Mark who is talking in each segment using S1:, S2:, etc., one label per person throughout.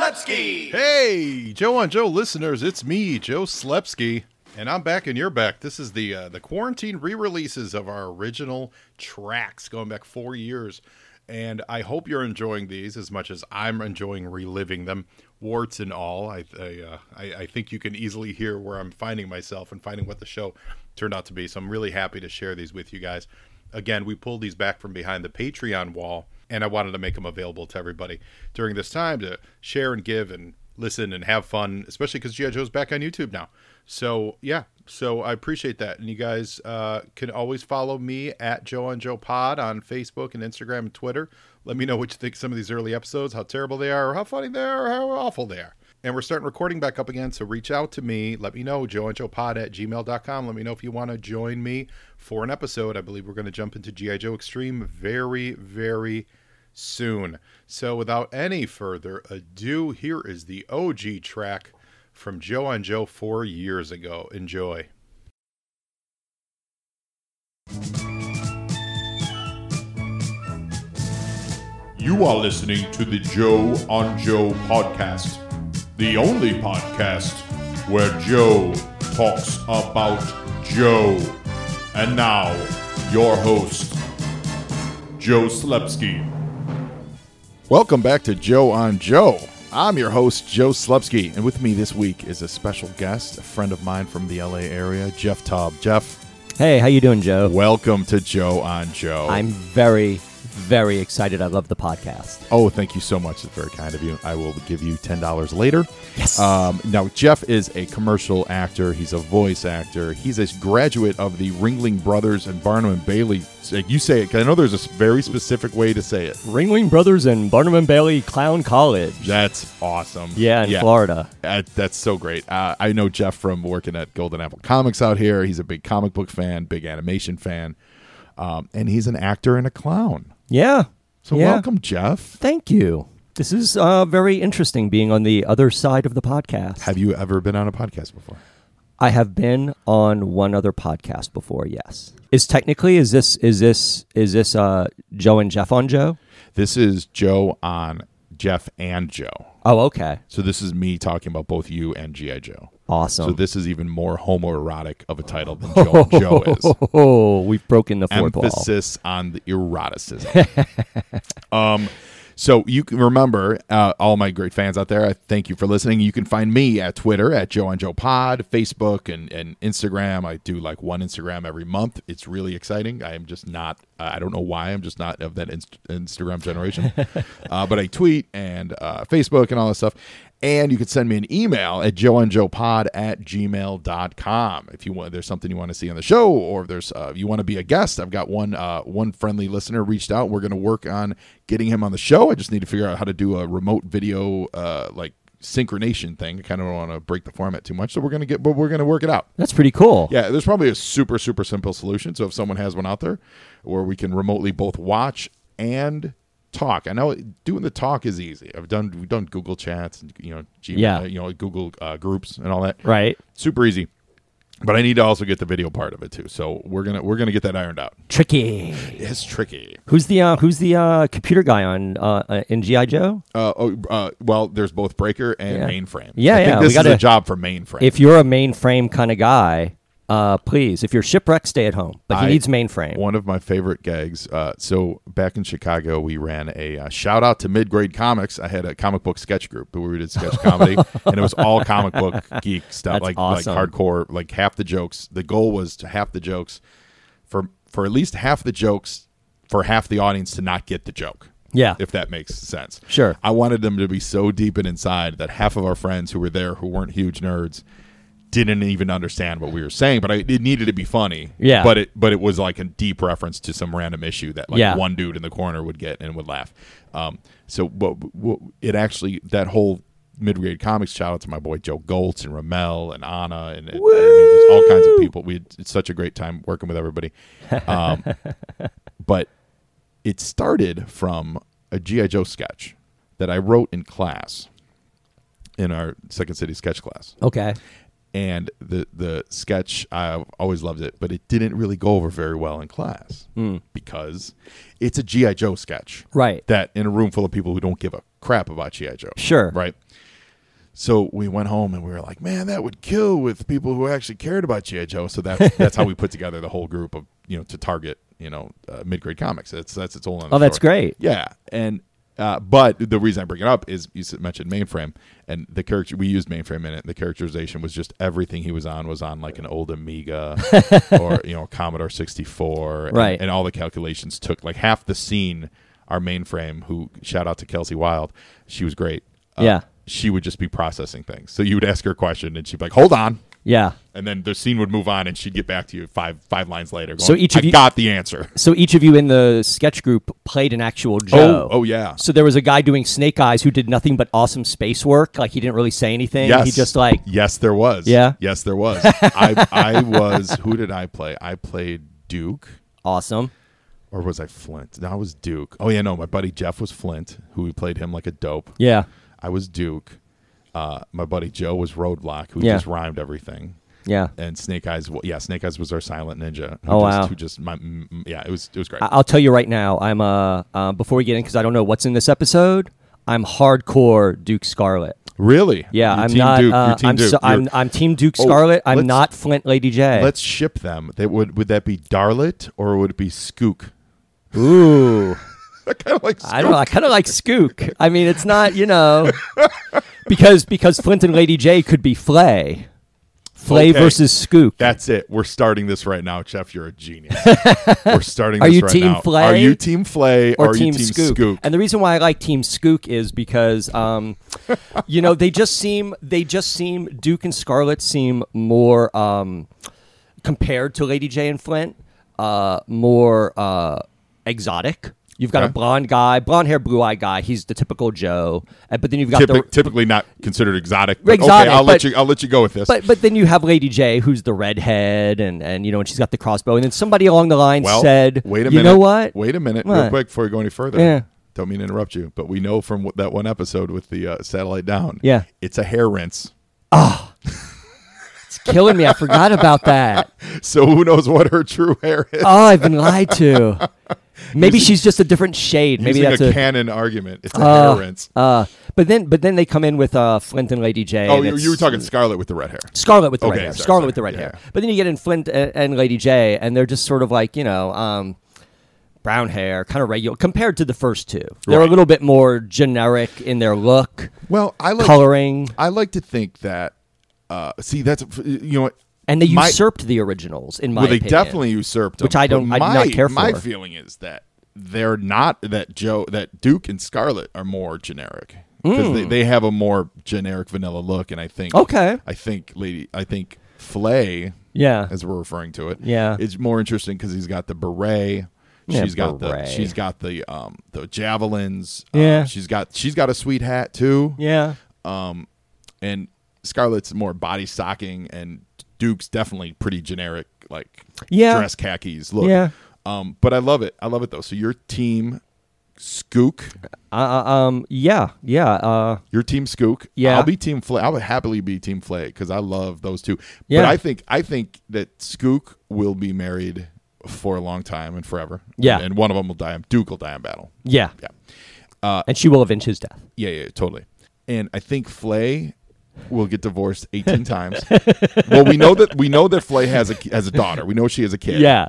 S1: Hey!
S2: Hey, Joe on Joe listeners, it's me, Joe Slepsky, and I'm back and you're back. This is the uh, the quarantine re-releases of our original tracks going back 4 years. And I hope you're enjoying these as much as I'm enjoying reliving them, warts and all. I I, uh, I, I think you can easily hear where I'm finding myself and finding what the show turned out to be. So I'm really happy to share these with you guys. Again, we pulled these back from behind the Patreon wall and I wanted to make them available to everybody during this time to share and give and listen and have fun, especially because GI Joe's back on YouTube now. So yeah, so I appreciate that, and you guys uh, can always follow me at Joe on Joe Pod on Facebook and Instagram and Twitter. Let me know what you think of some of these early episodes, how terrible they are, or how funny they are, or how awful they are. And we're starting recording back up again, so reach out to me. Let me know, Joe and Joe Pod at gmail.com. Let me know if you want to join me for an episode. I believe we're going to jump into G.I. Joe Extreme very, very soon. So without any further ado, here is the OG track from Joe on Joe four years ago. Enjoy.
S3: You are listening to the Joe on Joe podcast, the only podcast where Joe talks about Joe. And now, your host, Joe Slepsky.
S2: Welcome back to Joe on Joe. I'm your host, Joe Slepsky, and with me this week is a special guest, a friend of mine from the LA area, Jeff Taub. Jeff,
S4: Hey, how you doing, Joe?
S2: welcome to Joe on Joe.
S4: I'm very, very excited. I love the podcast.
S2: Oh, thank you so much. It's very kind of you. I will give you ten dollars later.
S4: Yes.
S2: Um, now, Jeff is a commercial actor. He's a voice actor. He's a graduate of the Ringling Brothers and Barnum and Bailey. So You say it. 'cause I know there's a s- very specific way to say it.
S4: Ringling Brothers and Barnum and Bailey Clown College.
S2: That's awesome.
S4: Yeah, in Florida.
S2: Uh, that's so great. Uh, I know Jeff from working at Golden Apple Comics out here. He's a big comic book fan, big animation fan, um, and he's an actor and a clown.
S4: Yeah.
S2: So
S4: Yeah.
S2: welcome, Jeff.
S4: Thank you. This is uh, very interesting being on the other side of the podcast.
S2: Have you ever been on a podcast before?
S4: I have been on one other podcast before. Yes. Is technically is this is this is this uh, Joe and Jeff on Joe?
S2: This is Joe on Jeff and Joe.
S4: Oh, okay.
S2: So this is me talking about both you and GI Joe.
S4: Awesome.
S2: So this is even more homoerotic of a title than Joe and Joe is.
S4: oh, we've broken the fourth wall.
S2: Emphasis on the eroticism. um, so you can remember, uh, all my great fans out there, I thank you for listening. You can find me at Twitter at Joe and Joe Pod, Facebook, and, and Instagram. I do like one Instagram every month. It's really exciting. I am just not. I don't know why. I'm just not of that inst- Instagram generation. uh, but I tweet and uh, Facebook and all that stuff. And you can send me an email at joeandjoepod at gmail.com. If you want, there's something you want to see on the show or if there's, uh, if you want to be a guest, I've got one, uh, one friendly listener reached out. We're going to work on getting him on the show. I just need to figure out how to do a remote video, uh, like synchronation thing. I kind of don't want to break the format too much. So we're going to get, but we're going to work it out.
S4: That's pretty cool.
S2: Yeah, there's probably a super, super simple solution. So if someone has one out there where we can remotely both watch and talk. I know doing the talk is easy. I've done we've done Google chats and you know Gmail,
S4: Yeah.
S2: you know Google uh, groups and all that.
S4: Right.
S2: Super easy. But I need to also get the video part of it too. So we're gonna we're gonna get that ironed out.
S4: Tricky.
S2: It's tricky.
S4: Who's the uh, Who's the uh, computer guy on uh, uh, in GI Joe?
S2: Uh, oh, uh, well, there's both breaker and
S4: Yeah.
S2: mainframe.
S4: Yeah,
S2: I think
S4: yeah, we
S2: This is a
S4: gotta-
S2: job for mainframe.
S4: If you're a mainframe kind of guy, uh, please. If you're shipwrecked, stay at home. But he
S2: I-
S4: needs mainframe.
S2: One of my favorite gags. Uh, so back in Chicago, we ran a uh, shout out to mid grade comics. I had a comic book sketch group where we did sketch comedy, and it was all comic book geek stuff,
S4: That's
S2: like
S4: awesome.
S2: like hardcore. Like half the jokes. The goal was to half the jokes for for at least half the jokes for half the audience to not get the joke.
S4: Yeah.
S2: if that makes sense.
S4: Sure.
S2: I wanted them to be so deep and inside that half of our friends who were there who weren't huge nerds didn't even understand what we were saying, but I, it needed to be funny.
S4: Yeah.
S2: But it but it was like a deep reference to some random issue that like
S4: Yeah.
S2: one dude in the corner would get and would laugh. Um, so but, but it actually that whole mid grade comics shout out to my boy Joe Goltz and Ramel and Anna and, and I mean, there's all kinds of people. We had it's such a great time working with everybody. Um, but it started from a GI Joe sketch that I wrote in class in our Second City sketch class
S4: okay.
S2: and the the sketch I always loved it, but it didn't really go over very well in class because it's a GI Joe sketch,
S4: Hmm. Right.
S2: That in a room full of people who don't give a crap about GI Joe,
S4: Sure.
S2: right? So we went home and we were like, man, that would kill with people who actually cared about GI Joe. So that's that's how we put together the whole group of you know to target you know uh, mid grade comics. That's that's its whole. other
S4: Oh, that's
S2: story.
S4: great.
S2: Yeah, and uh, but the reason I bring it up is you s- mentioned mainframe and the character we used mainframe in it. The characterization was just everything he was on was on like an old Amiga or you know Commodore sixty four,
S4: Right.
S2: And all the calculations took like half the scene. Our mainframe, who shout out to Kelsey Wild, she was great. Uh,
S4: Yeah.
S2: she would just be processing things. So you would ask her a question, and she'd be like, "Hold on."
S4: Yeah.
S2: And then the scene would move on, and she'd get back to you five five lines later. Going,
S4: So each of
S2: I
S4: you-
S2: got the answer.
S4: So each of you in the sketch group played an actual Joe.
S2: oh, yeah.
S4: So there was a guy doing Snake Eyes who did nothing but awesome space work. Like he didn't really say anything.
S2: Yes.
S4: He just like
S2: Yes, there was.
S4: Yeah?
S2: Yes, there was. I I was who did I play? I played Duke
S4: awesome.
S2: or was I Flint? No, I was Duke. Oh yeah, no, my buddy Jeff was Flint, who we played him like a dope.
S4: Yeah.
S2: I was Duke. Uh, my buddy Joe was Roadblock, who
S4: Yeah.
S2: just rhymed everything.
S4: Yeah.
S2: And Snake Eyes, wa- yeah, Snake Eyes was our silent ninja. Who
S4: Oh,
S2: just,
S4: wow. Uh,
S2: Who just my, mm, mm, yeah, it was it was great.
S4: I- I'll tell you right now. I'm uh, uh before we get in because I don't know what's in this episode. I'm hardcore Duke Scarlet.
S2: really?
S4: Yeah,
S2: You're
S4: I'm
S2: team
S4: not.
S2: Duke.
S4: uh,
S2: You're team
S4: I'm,
S2: Duke.
S4: So, I'm
S2: You're-
S4: I'm Team Duke
S2: Oh,
S4: Scarlet. I'm
S2: let's-
S4: not Flint Lady J.
S2: Let's ship them. They would would that be Darlet or would it be Skook?
S4: Ooh.
S2: I kind of like. Skook.
S4: I don't know. I kind of like Skook. I mean, it's not you know, because because Flint and Lady J could be Flay, Flay
S2: Okay.
S4: versus Skook.
S2: That's it. We're starting this right now, Jeff. You're a genius. We're starting.
S4: Are
S2: this
S4: you
S2: right
S4: Team
S2: now.
S4: Flay?
S2: Are you team Flay?
S4: or
S2: are
S4: Team,
S2: you team
S4: Skook. And the reason why I like Team Skook is because, um, you know, they just seem they just seem Duke and Scarlet seem more um, compared to Lady J and Flint, uh, more uh, exotic. You've got
S2: Okay.
S4: a blonde guy, blonde hair, blue eye guy. He's the typical Joe, Uh, but then you've got
S2: Typi-
S4: the
S2: typically not considered exotic. But
S4: Exotic,
S2: okay, I'll let
S4: but-
S2: you. I'll let you go with this.
S4: But but then you have Lady J, who's the redhead, and and you know, and she's got the crossbow. And then somebody along the line
S2: well,
S4: said,
S2: wait a minute.
S4: "You know what?
S2: Wait a minute, real
S4: What?
S2: quick, before we go any further.
S4: Yeah.
S2: Don't mean to interrupt you, but we know from what, that one episode with the uh, satellite down.
S4: Yeah.
S2: It's a hair rinse.
S4: It's killing me. I forgot about that.
S2: So who knows what her true hair is?
S4: Oh, I've been lied to. Maybe she's just a different shade. Maybe
S2: Using
S4: that's
S2: a,
S4: a.
S2: canon argument. It's a hair rinse.
S4: uh, but then, but then they come in with uh, Flint and Lady J.
S2: oh,
S4: and
S2: you,
S4: it's
S2: you were talking Scarlet with the red hair.
S4: Scarlet with the red
S2: Okay,
S4: hair.
S2: sorry,
S4: Scarlet
S2: sorry.
S4: with the red
S2: Yeah,
S4: hair.
S2: yeah.
S4: But then you get in Flint and, and Lady J, and they're just sort of like you know, um, brown hair, kind of regular compared to the first two. They're a
S2: Right.
S4: little bit more generic in their look,
S2: Well, I like
S4: coloring,
S2: I like to think that. Uh, see, that's you know what.
S4: and they
S2: my-
S4: usurped the originals. In my
S2: well, they
S4: opinion.
S2: definitely usurped
S4: Which
S2: him,
S4: I
S2: but
S4: don't- I'm
S2: my-
S4: not care
S2: My
S4: for.
S2: feeling is that they're not that Joe that Duke and Scarlet are more generic because they, they have a more generic vanilla look, and I think
S4: Hmm. Okay.
S2: I think lady, I think Flay,
S4: Yeah.
S2: as we're referring to it,
S4: Yeah.
S2: it's more interesting because he's got the beret.
S4: Yeah,
S2: she's got
S4: beret.
S2: the she's got the um the javelins.
S4: Yeah.
S2: um, she's got she's got a sweet hat too
S4: Yeah.
S2: and Scarlett's more body stocking, and Duke's definitely pretty generic, like
S4: Yeah.
S2: dress khakis look.
S4: Yeah.
S2: Um, but I love it. I love it though. So your team, Skook,
S4: Uh, uh, um. Yeah. Yeah. Uh.
S2: your team Skook.
S4: Yeah.
S2: I'll be team Flay. I would happily be team Flay because I love those two. But
S4: Yeah.
S2: I think I think that Skook will be married for a long time and forever.
S4: Yeah.
S2: and, and one of them will die. Duke will die in battle.
S4: Yeah.
S2: Yeah. Uh,
S4: and she will avenge his death.
S2: Yeah, yeah, totally. And I think Flay will get divorced 18 times. well, we know that we know that Flay has a has a daughter. We know she has a kid.
S4: Yeah.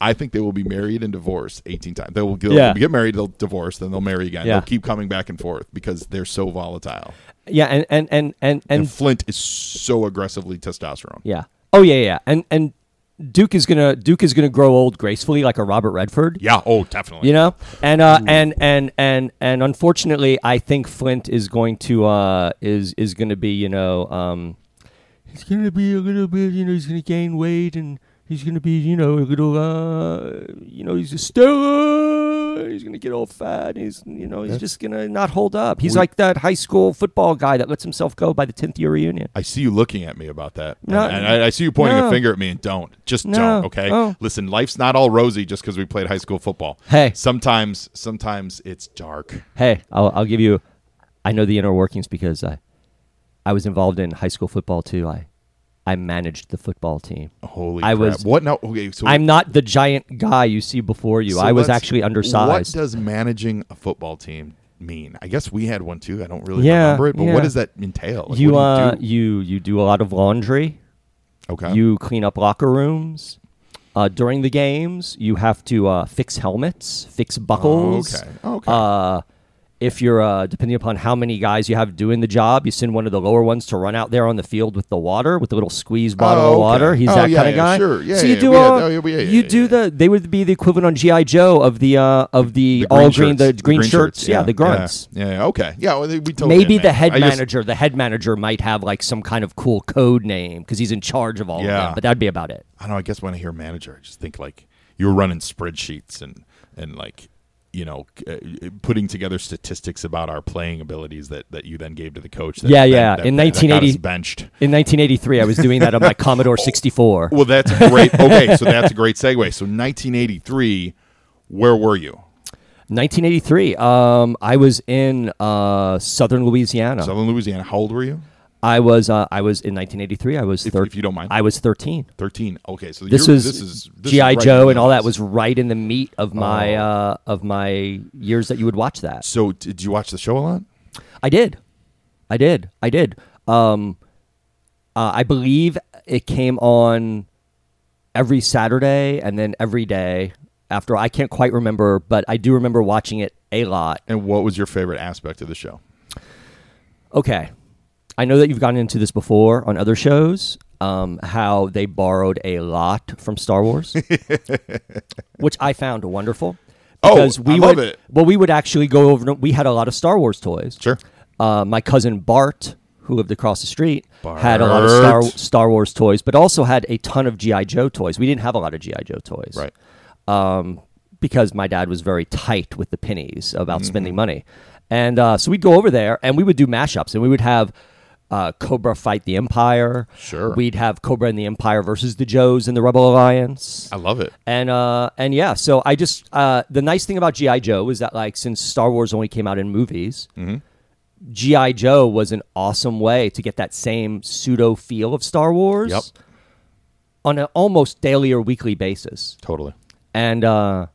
S2: I think they will be married and divorced 18 times. They will they'll
S4: Yeah.
S2: get married, they'll divorce, then they'll marry again.
S4: Yeah.
S2: They'll keep coming back and forth because they're so volatile.
S4: Yeah, and and and and and,
S2: And Flint is so aggressively testosterone.
S4: Mm. yeah. Oh yeah, yeah. And and Duke is gonna Duke is gonna grow old gracefully like a Robert Redford.
S2: Yeah, oh, definitely.
S4: You know, and uh, and and and and unfortunately, I think Flint is going to uh, is is going to be you know um, he's going to be a little bit you know he's going to gain weight and he's going to be you know a little uh, you know he's a steroid he's going to get all fat he's you know he's just going to not hold up. He's like that high school football guy that lets himself go by the tenth year reunion.
S2: I see you looking at me about that.
S4: No.
S2: and and I, I see you pointing a
S4: No.
S2: finger at me and don't. Just
S4: No.
S2: don't, okay?
S4: Oh.
S2: Listen, life's not all rosy just because we played high school football.
S4: Hey.
S2: Sometimes sometimes it's dark.
S4: Hey, I'll, I'll give you. I know the inner workings because I, I was involved in high school football too. I, I managed the football team.
S2: Holy
S4: I
S2: crap.
S4: was-
S2: what now okay, Oh, so
S4: I'm not the giant guy you see before you.
S2: so
S4: I was
S2: let's-
S4: actually
S2: What
S4: undersized.
S2: does managing a football team mean? I guess we had one too. I don't really
S4: Yeah,
S2: remember it, but
S4: yeah.
S2: what does that entail? Like,
S4: you,
S2: what do
S4: uh,
S2: do?
S4: you you do a lot of laundry.
S2: okay.
S4: You clean up locker rooms. Uh, during the games, you have to uh, fix helmets, fix buckles.
S2: okay. Okay.
S4: Uh, if you're uh, depending upon how many guys you have doing the job, you send one of the lower ones to run out there on the field with the water, with the little squeeze bottle
S2: Oh,
S4: of
S2: okay.
S4: water. He's
S2: Oh,
S4: that
S2: yeah,
S4: kind of
S2: yeah,
S4: guy.
S2: sure. Yeah,
S4: so you
S2: yeah,
S4: do
S2: we had-
S4: all,
S2: oh, yeah, we- yeah,
S4: you
S2: yeah,
S4: do
S2: yeah.
S4: the they would be the equivalent on GI Joe of the uh, of the,
S2: The
S4: all green
S2: shirts.
S4: the green, shirts. Yeah,
S2: yeah.
S4: the grunts.
S2: Yeah, yeah, okay. Yeah, well, they- we totally
S4: Maybe
S2: didn't
S4: the
S2: make-
S4: head
S2: I just-
S4: manager, the head manager might have like some kind of cool code name because he's in charge of all of
S2: Yeah.
S4: them. But that'd be about it.
S2: I don't know. I guess when I hear manager, I just think like you're running spreadsheets and and like you know c- uh, putting together statistics about our playing abilities that that you then gave to the coach. That,
S4: Yeah,
S2: that-
S4: yeah.
S2: that-
S4: In
S2: that got
S4: 1980
S2: us benched.
S4: In 1983, I was doing that on my Commodore 64.
S2: Well, that's a great. Okay, so that's a great segue. So 1983, where were you?
S4: 1983, um, I was in uh, southern Louisiana.
S2: Southern Louisiana. How old were you?
S4: I was uh, I was in 1983. I was thir-
S2: if you don't mind.
S4: I was 13.
S2: 13. Okay, so
S4: This
S2: you're,
S4: was
S2: this is this is
S4: GI
S2: right in
S4: Joe
S2: the Oh.
S4: and all that
S2: office.
S4: was right in the meat of my uh, of my years that you would watch that.
S2: So did you watch the show a lot?
S4: I did, I did, I did. Um, uh, I believe it came on every Saturday and then every day after. I can't quite remember, but I do remember watching it a lot.
S2: And what was your favorite aspect of the show?
S4: Okay. I know that you've gotten into this before on other shows, um, how they borrowed a lot from Star Wars, which I found wonderful.
S2: Oh, I
S4: we
S2: love
S4: would,
S2: it.
S4: Well, we would actually go over. We had a lot of Star Wars toys.
S2: Sure.
S4: Uh, my cousin Bart, who lived across the street, had a lot of Star,
S2: Bart.
S4: Star Wars toys, but also had a ton of GI Joe toys. We didn't have a lot of GI Joe toys,
S2: Right.
S4: um, because my dad was very tight with the pennies about
S2: Mm-hmm.
S4: spending money. And uh, so we'd go over there and we would do mashups and we would have uh, Cobra fight the Empire.
S2: Sure.
S4: We'd have Cobra and the Empire versus the Joes and the Rebel Alliance.
S2: I love it.
S4: And uh, and yeah, so I just uh, the nice thing about GI Joe is that like since Star Wars only came out in movies,
S2: Mm-hmm.
S4: GI Joe was an awesome way to get that same pseudo feel of Star Wars
S2: Yep.
S4: on an almost daily or weekly basis.
S2: Totally.
S4: And uh,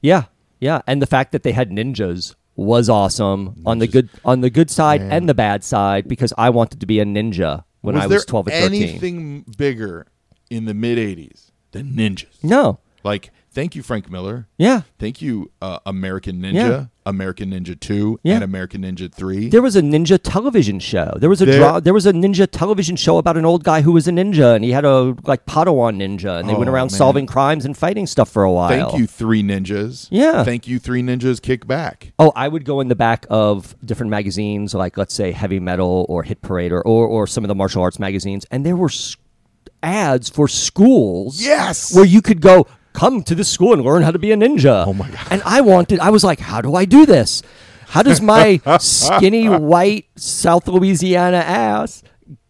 S4: yeah, yeah, and the fact that they had ninjas was awesome on the good on the good side and the bad side because I wanted to be a ninja when I was
S2: there
S4: twelve or thirteen.
S2: anything bigger in the mid '80s than ninjas?
S4: No,
S2: Like, thank you, Frank Miller.
S4: yeah,
S2: Thank you, uh, American Ninja,
S4: Yeah.
S2: American Ninja Two,
S4: Yeah.
S2: and American Ninja Three.
S4: There was a ninja television show. There was a
S2: There-
S4: dra- there was a ninja television show about an old guy who was a ninja and he had a like Padawan ninja and they went
S2: Oh,
S4: around
S2: man.
S4: solving crimes and fighting stuff for a while.
S2: Thank you, Three Ninjas.
S4: Yeah.
S2: Thank you, Three Ninjas. Kick back.
S4: Oh, I would go in the back of different magazines like let's say Heavy Metal or Hit Parade or or, or some of the martial arts magazines and there were s- ads for schools.
S2: Yes!
S4: Where you could go come to this school and learn how to be a ninja. Oh
S2: my God.
S4: And I wanted I was like how do I do this? How does my skinny white South Louisiana ass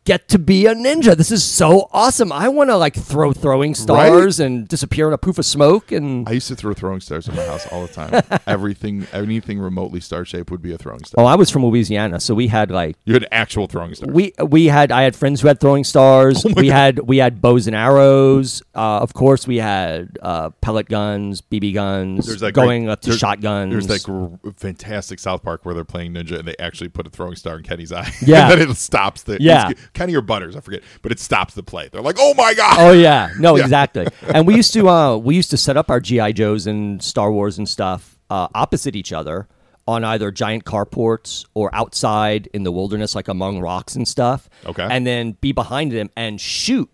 S4: get to be a ninja? This is so awesome. I want to like throw throwing stars and disappear in a poof of smoke and
S2: I used to throw throwing stars in my house all the time. Everything, anything remotely star shaped would be a throwing star.
S4: Oh, I was from Louisiana, so we had like
S2: You had actual throwing stars.
S4: we we had I had friends who had throwing
S2: Oh
S4: stars. we had we had bows and arrows. Uh, of course, we had uh, pellet guns, BB guns,
S2: There's that
S4: going
S2: great-
S4: up to
S2: there's-
S4: shotguns.
S2: There's that gr- fantastic South Park where they're playing ninja and they actually put a throwing star in Kenny's eye.
S4: Yeah.
S2: and then it stops the
S4: Yeah.
S2: it's Kenny or Butters, I forget, but it stops the play. They're like, "Oh my god!"
S4: Oh yeah, no, exactly. And we used to uh, we used to set up our GI Joes and Star Wars and stuff uh, opposite each other on either giant carports or outside in the wilderness, like among rocks and stuff.
S2: Okay.
S4: and then be behind them and shoot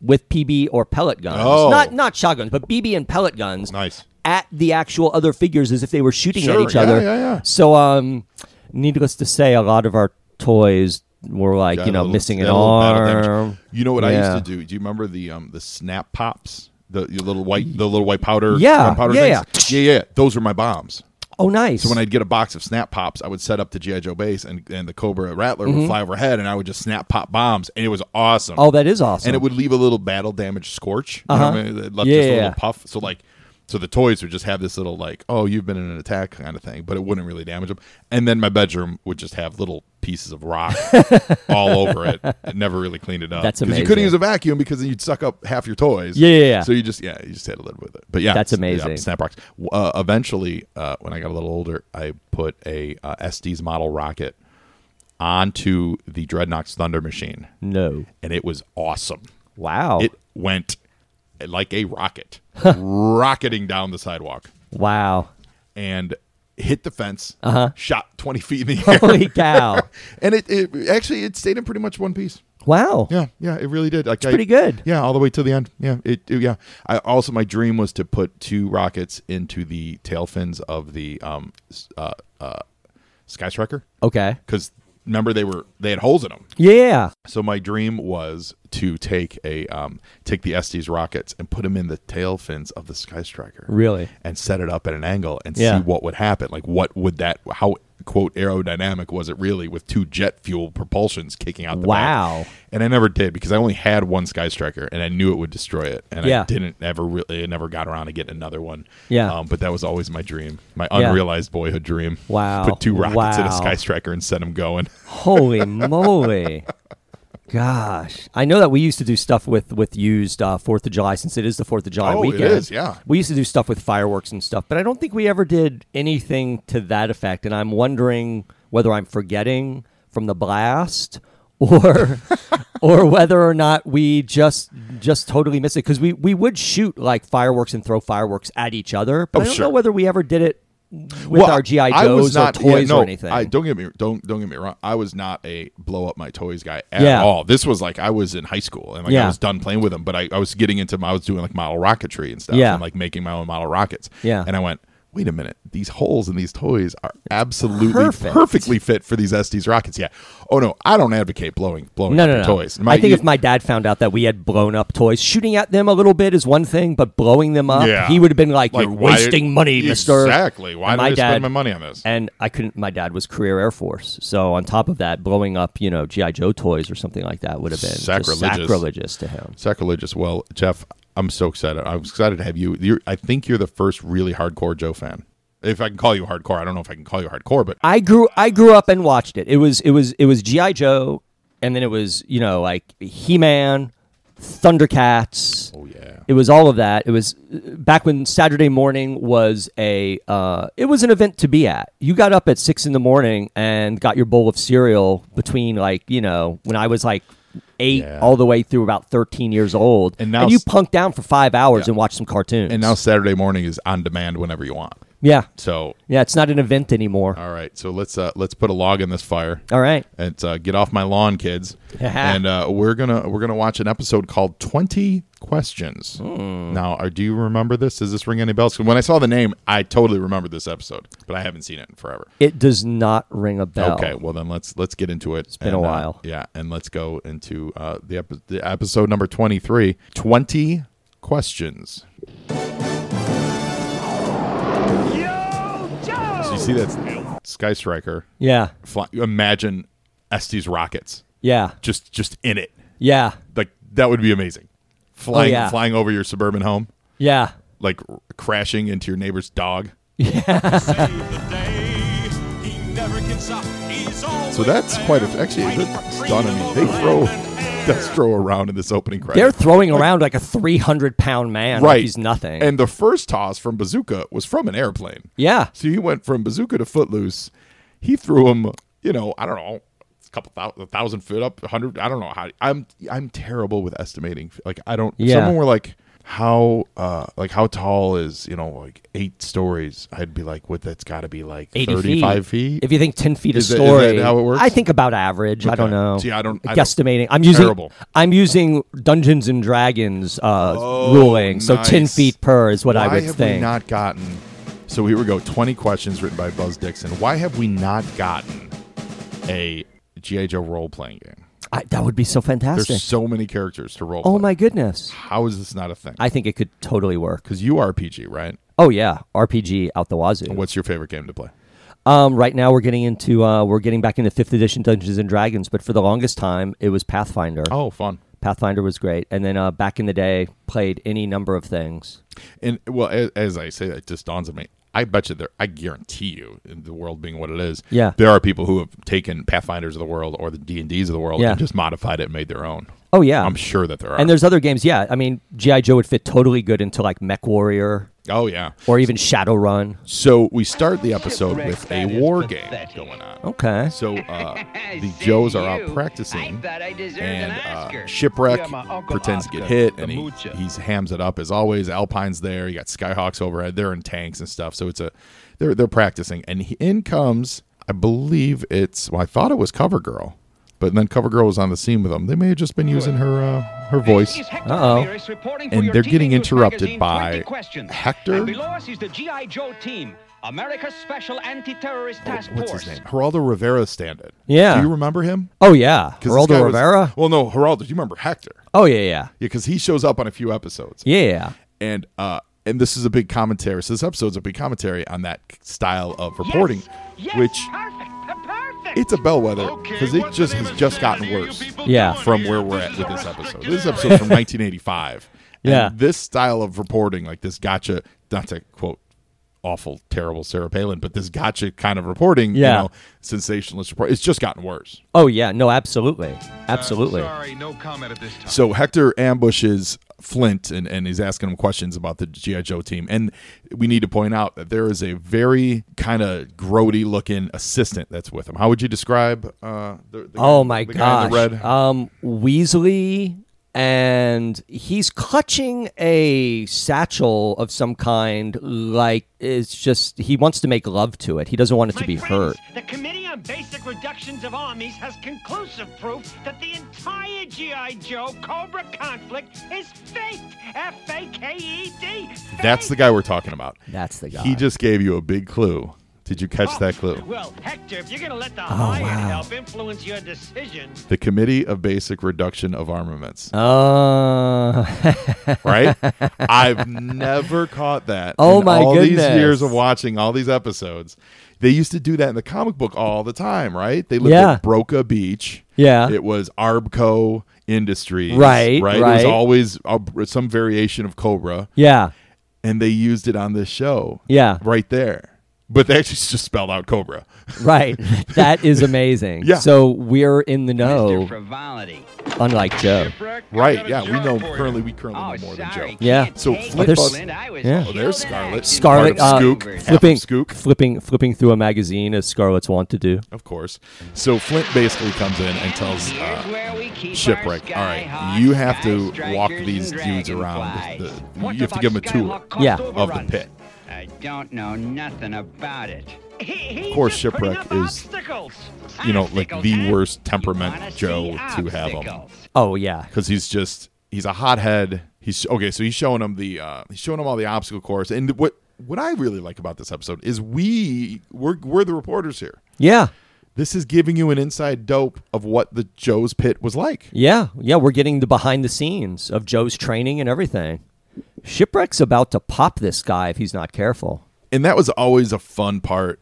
S4: with PB or pellet guns.
S2: Oh.
S4: not not shotguns, but BB and pellet guns.
S2: Nice.
S4: At the actual other figures as if they were shooting at
S2: Sure,
S4: each
S2: yeah,
S4: other.
S2: yeah, yeah.
S4: So, um, needless to say, a lot of our toys were like,
S2: Got
S4: you
S2: a
S4: know,
S2: little-
S4: missing an
S2: got a little battle damage.
S4: arm.
S2: You know what I
S4: Yeah.
S2: used to do? Do you remember the um the snap pops? The, the little white, the little white powder,
S4: Yeah,
S2: gunpowder
S4: yeah,
S2: things? yeah, yeah. Those were my bombs.
S4: Oh, nice.
S2: So when I'd get a box of snap pops, I would set up the GI Joe base, and, and the Cobra Rattler would fly overhead, and I would just snap pop bombs, and it was awesome.
S4: Mm-hmm. Oh, that is awesome.
S2: and it would leave a little battle damage scorch. You know what I mean? It left
S4: Uh-huh. Yeah,
S2: just a
S4: yeah.
S2: little puff. So like So the toys would just have this little like, oh, you've been in an attack kind of thing, but it wouldn't really damage them. And then my bedroom would just have little pieces of rock all over it. It never really cleaned it up.
S4: That's
S2: 'Cause You
S4: amazing.
S2: couldn't use a vacuum because then you'd suck up half your toys.
S4: Yeah, yeah, yeah.
S2: So you just yeah, you just had to live with it. But yeah,
S4: That's
S2: s- yeah,
S4: amazing.
S2: Snapbox. W- Uh, eventually, uh, when I got a little older, I put a uh, SD's model rocket onto the Dreadnoks Thunder machine,
S4: No.
S2: and it was awesome.
S4: Wow.
S2: It went like a rocket, rocketing down the sidewalk
S4: wow.
S2: and hit the fence, uh-huh. shot 20 feet in the air.
S4: Holy cow.
S2: and it, it actually it stayed in pretty much one piece.
S4: Wow.
S2: Yeah, yeah, it really did. Like I-
S4: pretty good.
S2: Yeah, all the way to the end. Yeah, it, it- Yeah, I also my dream was to put two rockets into the tail fins of the um s- uh uh Sky
S4: Okay.
S2: because remember they were they had holes in them.
S4: Yeah.
S2: So my dream was to take a um take the Estes rockets and put them in the tail fins of the Sky Striker
S4: Really.
S2: and set it up at an angle and
S4: Yeah.
S2: see what would happen. Like, what would that, how quote aerodynamic was it really with two jet fuel propulsions kicking out the back?
S4: Wow.
S2: And I never did because I only had one Sky Striker and I knew it would destroy it. And I
S4: Yeah.
S2: didn't ever really, I never got around to getting another one.
S4: Yeah.
S2: Um, but that was always my dream, my
S4: Yeah.
S2: unrealized boyhood dream.
S4: Wow.
S2: Put two rockets in a
S4: Wow.
S2: Sky Striker and send them going.
S4: Holy moly. Gosh, I know that we used to do stuff with with used uh, Fourth of July since it is the Fourth of July
S2: Oh, it
S4: weekend.
S2: is, yeah.
S4: we used to do stuff with fireworks and stuff, but I don't think we ever did anything to that effect. And I'm wondering whether I'm forgetting from the blast or or whether or not we just just totally missed it because we we would shoot like fireworks and throw fireworks at each other, but I don't
S2: Oh, sure.
S4: know whether we ever did it with
S2: Well,
S4: our GI
S2: I was
S4: Joes or
S2: not- yeah,
S4: toys
S2: no,
S4: or anything.
S2: I don't get me don't don't get me wrong. I was not a blow up my toys guy at
S4: Yeah.
S2: all. This was like I was in high school and like I
S4: Yeah.
S2: was done playing with them, but I, I was getting into I was doing like model rocketry and stuff
S4: Yeah.
S2: and like making my own model rockets.
S4: Yeah.
S2: And I went, wait a minute, these holes in these toys are absolutely
S4: Perfect.
S2: perfectly fit for these SD's rockets. Yeah. Oh no, I don't advocate blowing blowing
S4: No,
S2: up
S4: no,
S2: your
S4: no.
S2: toys.
S4: I think
S2: you-
S4: if my dad found out that we had blown up toys, shooting at them a little bit is one thing, but blowing them up,
S2: Yeah.
S4: he would have been like, "You're
S2: why-
S4: wasting money, Mister."
S2: Exactly. Why
S4: And
S2: did
S4: my
S2: I
S4: dad-
S2: spend my money on this?
S4: And I couldn't. My dad was career Air Force, so on top of that, blowing up you know GI Joe toys or something like that would have been just
S2: Sacrilegious.
S4: sacrilegious to him.
S2: sacrilegious. Well, Jeff, I'm so excited. I'm excited to have you. You're, I think you're the first really hardcore Joe fan. If I can call you hardcore, I don't know if I can call you hardcore, but
S4: I grew I grew up and watched it. It was it was it was GI Joe, and then it was you know like He Man, Thundercats.
S2: oh yeah,
S4: It was all of that. It was uh, back when Saturday morning was a uh, it was an event to be at. You got up at six in the morning and got your bowl of cereal between like you know when I was like eight
S2: Yeah.
S4: all the way through about thirteen years old,
S2: And now
S4: you
S2: s-
S4: punked down for five hours and watched some cartoons.
S2: and now Saturday morning is on demand whenever you want.
S4: yeah,
S2: So
S4: yeah, it's not an event anymore.
S2: all right, so let's uh, let's put a log in this fire.
S4: all right,
S2: And uh, get off my lawn, kids. and uh, we're gonna we're gonna watch an episode called Twenty Questions.
S4: Hmm.
S2: Now, are, do you remember this? Does this ring any bells? 'Cause When I saw the name, I totally remembered this episode, but I haven't seen it in forever.
S4: it does not ring a bell.
S2: Okay, well then let's let's get into it. It's
S4: been a while.
S2: yeah, and let's go into uh, the, epi- the episode number 23, 20 questions. So you see that Sky Striker?
S4: Yeah,
S2: Fly, imagine Estes rockets
S4: yeah,
S2: just just in it.
S4: yeah,
S2: Like that would be amazing. Flying
S4: yeah.
S2: flying over your suburban home,
S4: yeah.
S2: like r- crashing into your neighbor's dog.
S1: save the day. He never can stop. He's always
S2: So that's quite a actually
S1: fighting
S2: that's
S1: for
S2: done. I mean,
S1: freedom
S2: they
S1: of
S2: throw
S1: land and air.
S2: that's throw around in this opening credit.
S4: They're throwing around like a three hundred pound man. like
S2: right.
S4: he's nothing.
S2: And the first toss from Bazooka was from an airplane.
S4: yeah,
S2: So he went from Bazooka to Footloose. He threw him, you know, I don't know, a couple thousand, a thousand feet up, a hundred. I don't know how. I'm I'm terrible with estimating. Like I don't. if
S4: Yeah.
S2: Someone were like, how uh like how tall is you know like eight stories? I'd be like, what? That's got to be like
S4: 80
S2: thirty five feet.
S4: If you think ten feet
S2: Is
S4: a
S2: that- is that
S4: story,
S2: how it works?
S4: I think about average. I don't know.
S2: See, I don't- I don't-
S4: guesstimating. I'm using.
S2: Terrible.
S4: I'm using Dungeons and Dragons uh, ruling. So ten
S2: Oh, nice.
S4: feet per is what I
S2: Why
S4: would
S2: have we
S4: think.
S2: not gotten? So here we go. Twenty questions written by Buzz Dixon. Why have we not gotten a GI Joe role playing game?
S4: I, that would be so
S2: There's
S4: fantastic.
S2: so many characters to role.
S4: oh
S2: play.
S4: my goodness!
S2: How is this not a thing?
S4: I think it could totally work.
S2: Because you are PG, right?
S4: Oh yeah, RPG out the wazoo.
S2: What's your favorite game to play?
S4: Um, right now we're getting into uh, we're getting back into fifth edition Dungeons and Dragons, but for the longest time it was Pathfinder.
S2: Oh, fun.
S4: Pathfinder was great, and then uh, back in the day, played any number of things.
S2: And well, as, as I say, that, it just dawns on me. I bet you there. I guarantee you, in the world being what it is,
S4: Yeah.
S2: there are people who have taken Pathfinders of the world or the D and D's of the world
S4: Yeah.
S2: and just modified it and made their own.
S4: Oh yeah,
S2: I'm sure that there are.
S4: And there's other games. Yeah, I mean, GI Joe would fit totally good into like Mech Warrior
S2: oh yeah.
S4: or even Shadowrun.
S2: So we start the episode with a war game going on.
S4: Okay.
S2: So uh, the
S5: See
S2: Joes are
S5: you.
S2: out
S5: I
S2: practicing,
S5: thought I deserved
S2: and
S5: an
S2: uh,
S5: Oscar.
S2: Shipwreck
S6: Yeah, my Uncle
S2: pretends to get
S6: Oscar,
S2: hit,
S6: the
S2: and he,
S6: moocher.
S2: he's hams it up as always. Alpine's there. You got Skyhawks overhead. They're in tanks and stuff. So it's a they're they're practicing, and he, in comes I believe it's well, I thought it was Cover Girl, but then Cover Girl was on the scene with them. They may have just been using her uh, her voice.
S4: Uh-oh.
S6: And they're getting interrupted
S2: by
S6: by
S2: Hector?
S6: Hector. us is the GI Joe team, America's Special Anti-Terrorist Task
S2: What's his name? Geraldo Rivera Standard.
S4: Yeah.
S2: Do you remember him?
S4: Oh yeah,
S2: 'Cause this guy
S4: Geraldo
S2: was-
S4: Rivera.
S2: well, no, Geraldo. Do you remember Hector?
S4: oh yeah, yeah,
S2: Yeah, because he shows up on a few episodes.
S4: yeah.
S2: and uh and this is a big commentary. So this episode's a big commentary on that style of reporting, which
S6: Perfect. Perfect.
S2: it's a bellwether because
S1: Because
S2: it just has just gotten worse
S4: Yeah.
S2: from where we're at with this episode. This episode from 1985. And
S4: Yeah.
S2: this style of reporting, like this gotcha, not to quote awful, terrible Sarah Palin, but this gotcha kind of reporting,
S4: Yeah.
S2: you know, sensationalist report, it's just gotten worse.
S4: Oh yeah, no, absolutely, absolutely.
S1: no comment at this time.
S2: So Hector ambushes Flint and, and he's asking him questions about the G.I. Joe team. And we need to point out that there is a very kind of grody looking assistant that's with him. How would you describe uh, the, the guy-
S4: oh my
S2: the guy
S4: gosh.
S2: in the red?
S4: Um, Weasley, and he's clutching a satchel of some kind. Like it's just he wants to make love to it. He doesn't want it to be hurt.
S5: The Committee on Basic Reductions of Armies has conclusive proof that the entire G.I. Joe Cobra conflict is faked. F-A-K-E-D.
S2: that's the guy we're talking about.
S4: That's the guy.
S2: He just gave you a big clue. Did you catch that clue?
S5: Well, Hector, if you're going to let the hired
S4: wow.
S5: help influence your decision,
S2: The Committee of Basic Reduction of Armaments.
S4: Uh,
S2: Right? I've never caught that.
S4: Oh
S2: in
S4: my
S2: all
S4: goodness.
S2: these years of watching all these episodes. They used to do that in the comic book all the time, right? They lived
S4: Yeah.
S2: at Broca Beach.
S4: Yeah.
S2: It was Arbco Industries.
S4: Right,
S2: Right. It was
S4: right.
S2: always uh, some variation of Cobra.
S4: yeah,
S2: And they used it on this show.
S4: Yeah.
S2: Right there. But they actually just spelled out Cobra.
S4: right. that is amazing.
S2: Yeah.
S4: So we're in the know,
S5: frivolity.
S4: unlike Joe.
S2: Oh. Right. Yeah. We know currently, we currently
S5: Oh,
S2: know more than Joe.
S4: Yeah.
S2: So Flint
S4: there's-
S2: Bucks-
S4: yeah.
S2: Oh, there's Scarlet.
S4: Scarlet
S2: Part
S4: uh,
S2: of Skook.
S4: flipping,
S2: Half of Skook.
S4: flipping, flipping through a magazine as Scarlet's wont to do.
S2: Of course. So Flint basically comes in and tells uh, Shipwreck, all right, you have to walk these dudes around. The, the- you have to give them a tour
S4: Yeah.
S2: of the pit.
S5: I don't know nothing about it.
S2: Of course, Shipwreck is, you know, like the worst temperament Joe to have him
S4: Oh yeah,
S2: because he's just he's a hothead. He's okay. So he's showing him the uh, he's showing him all the obstacle course. And what what I really like about this episode is we we're we're the reporters here.
S4: yeah,
S2: This is giving you an inside dope of what the Joe's pit was like.
S4: yeah, yeah. We're getting the behind the scenes of Joe's training and everything. Shipwreck's about to pop this guy if he's not careful.
S2: and that was always a fun part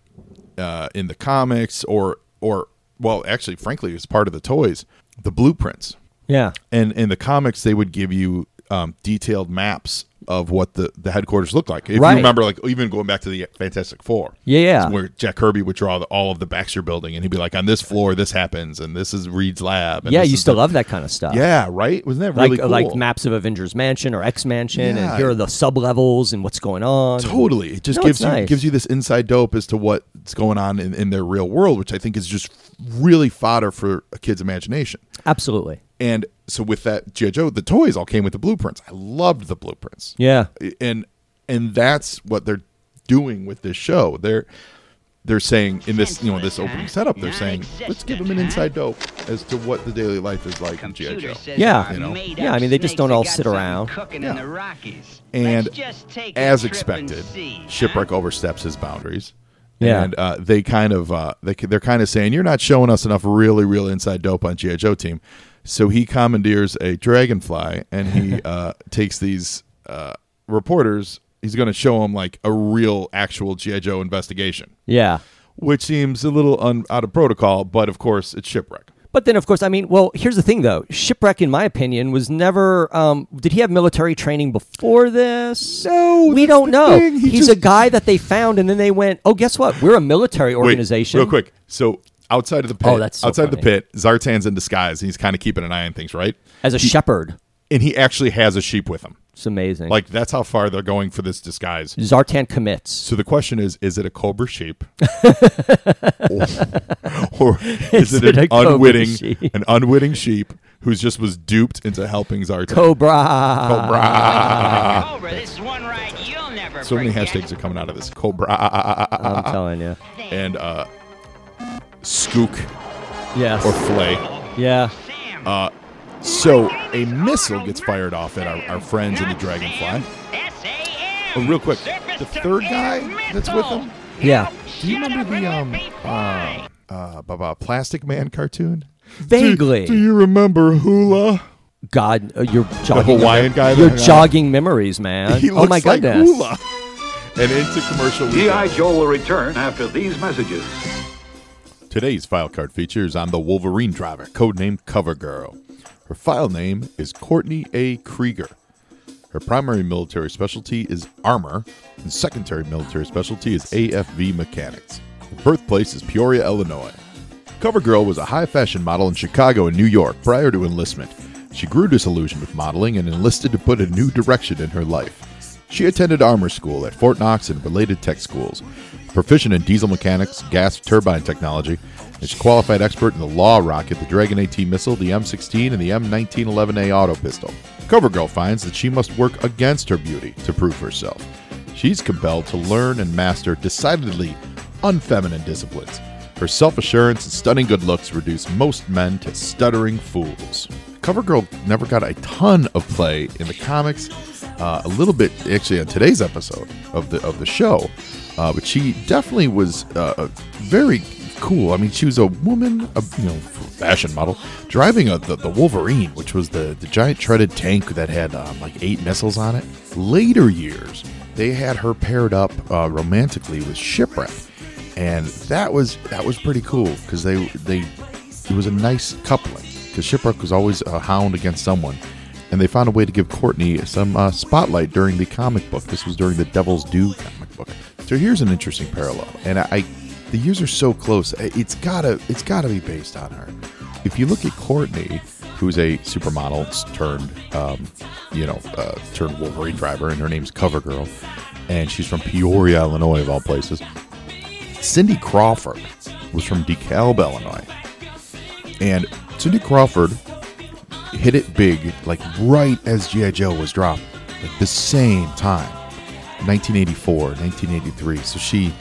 S2: uh, in the comics or or well actually frankly it's part of the toys the blueprints
S4: Yeah,
S2: and in the comics they would give you um, detailed maps of what the, the headquarters looked like if
S4: Right.
S2: you remember like even going back to the fantastic four
S4: Yeah, yeah.
S2: where jack kirby would draw the, all of the baxter building and he'd be like on this floor this happens and this is reed's lab and
S4: yeah.
S2: this
S4: You
S2: is
S4: still
S2: the-
S4: love that kind of stuff.
S2: yeah right wasn't that
S4: Like, uh,
S2: really cool
S4: like maps of Avengers Mansion or X Mansion,
S2: Yeah.
S4: and here are the sub levels and what's going on.
S2: Totally. It just
S4: No,
S2: gives
S4: it's
S2: you
S4: nice.
S2: gives you this inside dope as to what's going on in, in their real world, which I think is just really fodder for a kid's imagination.
S4: Absolutely.
S2: And so with that G.I. Joe, the toys all came with the blueprints. I loved the blueprints.
S4: Yeah.
S2: And and that's what they're doing with this show. They're they're saying in this you know this opening setup, they're saying let's give them an inside dope as to what the daily life is like in G.I. Joe.
S4: Yeah.
S5: yeah,
S4: You know?
S5: yeah. I mean, they just don't all sit around.
S2: Yeah. And as expected, shipwreck oversteps his boundaries.
S4: Yeah.
S2: and uh, they kind of uh, they they're kind of saying you're not showing us enough really real inside dope on GI Joe team, so he commandeers a dragonfly and he uh, takes these uh, reporters. He's going to show them like a real actual GI Joe investigation,
S4: Yeah.
S2: which seems a little un- out of protocol, but of course it's shipwreck.
S4: But then, of course, I mean, well, here's the thing, though. Shipwreck, in my opinion, was never. Um, did he have military training before this?
S2: No,
S4: we
S2: that's
S4: don't
S2: the
S4: know.
S2: thing. He
S4: He's a
S2: just-
S4: guy that they found, and then they went, "Oh, guess what? We're a military
S2: Wait,
S4: organization."
S2: real quick. So outside of the pit,
S4: Oh, that's so
S2: outside of the
S4: funny.
S2: pit, Zartan's in disguise. And he's kind of keeping an eye on things, right?
S4: as a shepherd,
S2: And he actually has a sheep with him.
S4: it's amazing.
S2: Like that's how far they're going for this disguise.
S4: Zartan commits.
S2: So the question is: Is it a cobra sheep, or, or is,
S4: Is
S2: it,
S4: it
S2: an
S4: a cobra
S2: unwitting,
S4: sheep?
S2: an unwitting sheep who's just was duped into helping Zartan?
S4: Cobra.
S2: Cobra.
S7: Cobra, this one ride you'll never
S2: So many
S7: forget.
S2: hashtags are coming out of this. Cobra
S4: I'm telling you.
S2: and uh, skook
S4: Yes.
S2: or flay.
S4: yeah.
S7: Sam,
S2: So Uh, a missile gets fired off at our, our friends in the Dragonfly.
S7: S-A-M.
S2: Oh, real quick,
S7: Surface
S2: the
S7: to
S2: third
S7: air
S2: guy that's with
S7: missile.
S2: him.
S4: Yeah.
S2: Do you remember the um uh,
S7: fly.
S2: uh blah, blah, Plastic Man cartoon?
S4: Vaguely.
S2: Do, do you remember Hula?
S4: God, uh, you're jogging.
S2: Hawaiian guy
S4: You're
S2: that-
S4: jogging memories, man.
S2: He
S4: oh
S2: looks
S4: my
S2: like
S4: goodness.
S2: Hula. And into commercial. we go.
S8: Joe will return after these messages.
S2: Today's file card features on the Wolverine driver, codenamed Cover Girl. Her file name is Courtney A. Krieger. Her primary military specialty is armor, and secondary military specialty is AFV mechanics. Her birthplace is Peoria, Illinois. Covergirl was a high fashion model in Chicago and New York prior to enlistment. She grew disillusioned with modeling and enlisted to put a new direction in her life. She attended armor school at Fort Knox and related tech schools, proficient in diesel mechanics, gas turbine technology, and she's a qualified expert in the Law Rocket, the Dragon AT missile, the M16, and the M1911A auto pistol. Covergirl finds that she must work against her beauty to prove herself. She's compelled to learn and master decidedly unfeminine disciplines. Her self assurance and stunning good looks reduce most men to stuttering fools. Covergirl never got a ton of play in the comics, uh, a little bit actually on today's episode of the of the show, uh, but she definitely was uh, a very cool. I mean, she was a woman, a you know, fashion model, driving a, the the Wolverine, which was the the giant treaded tank that had um, like eight missiles on it. Later years, they had her paired up uh, romantically with Shipwreck, and that was that was pretty cool because they they it was a nice coupling because Shipwreck was always a hound against someone. And they found a way to give Courtney some uh, spotlight during the comic book. This was during the Devil's Due comic book. So here's an interesting parallel, and I, I the years are so close. It's gotta, it's gotta be based on her. If you look at Courtney, who's a supermodel turned, um, you know, uh, turned Wolverine driver, and her name's Covergirl, and she's from Peoria, Illinois, of all places. Cindy Crawford was from DeKalb, Illinois, and Cindy Crawford hit it big, like right as GI Joe was dropped, like the same time. 1984, 1983. So she,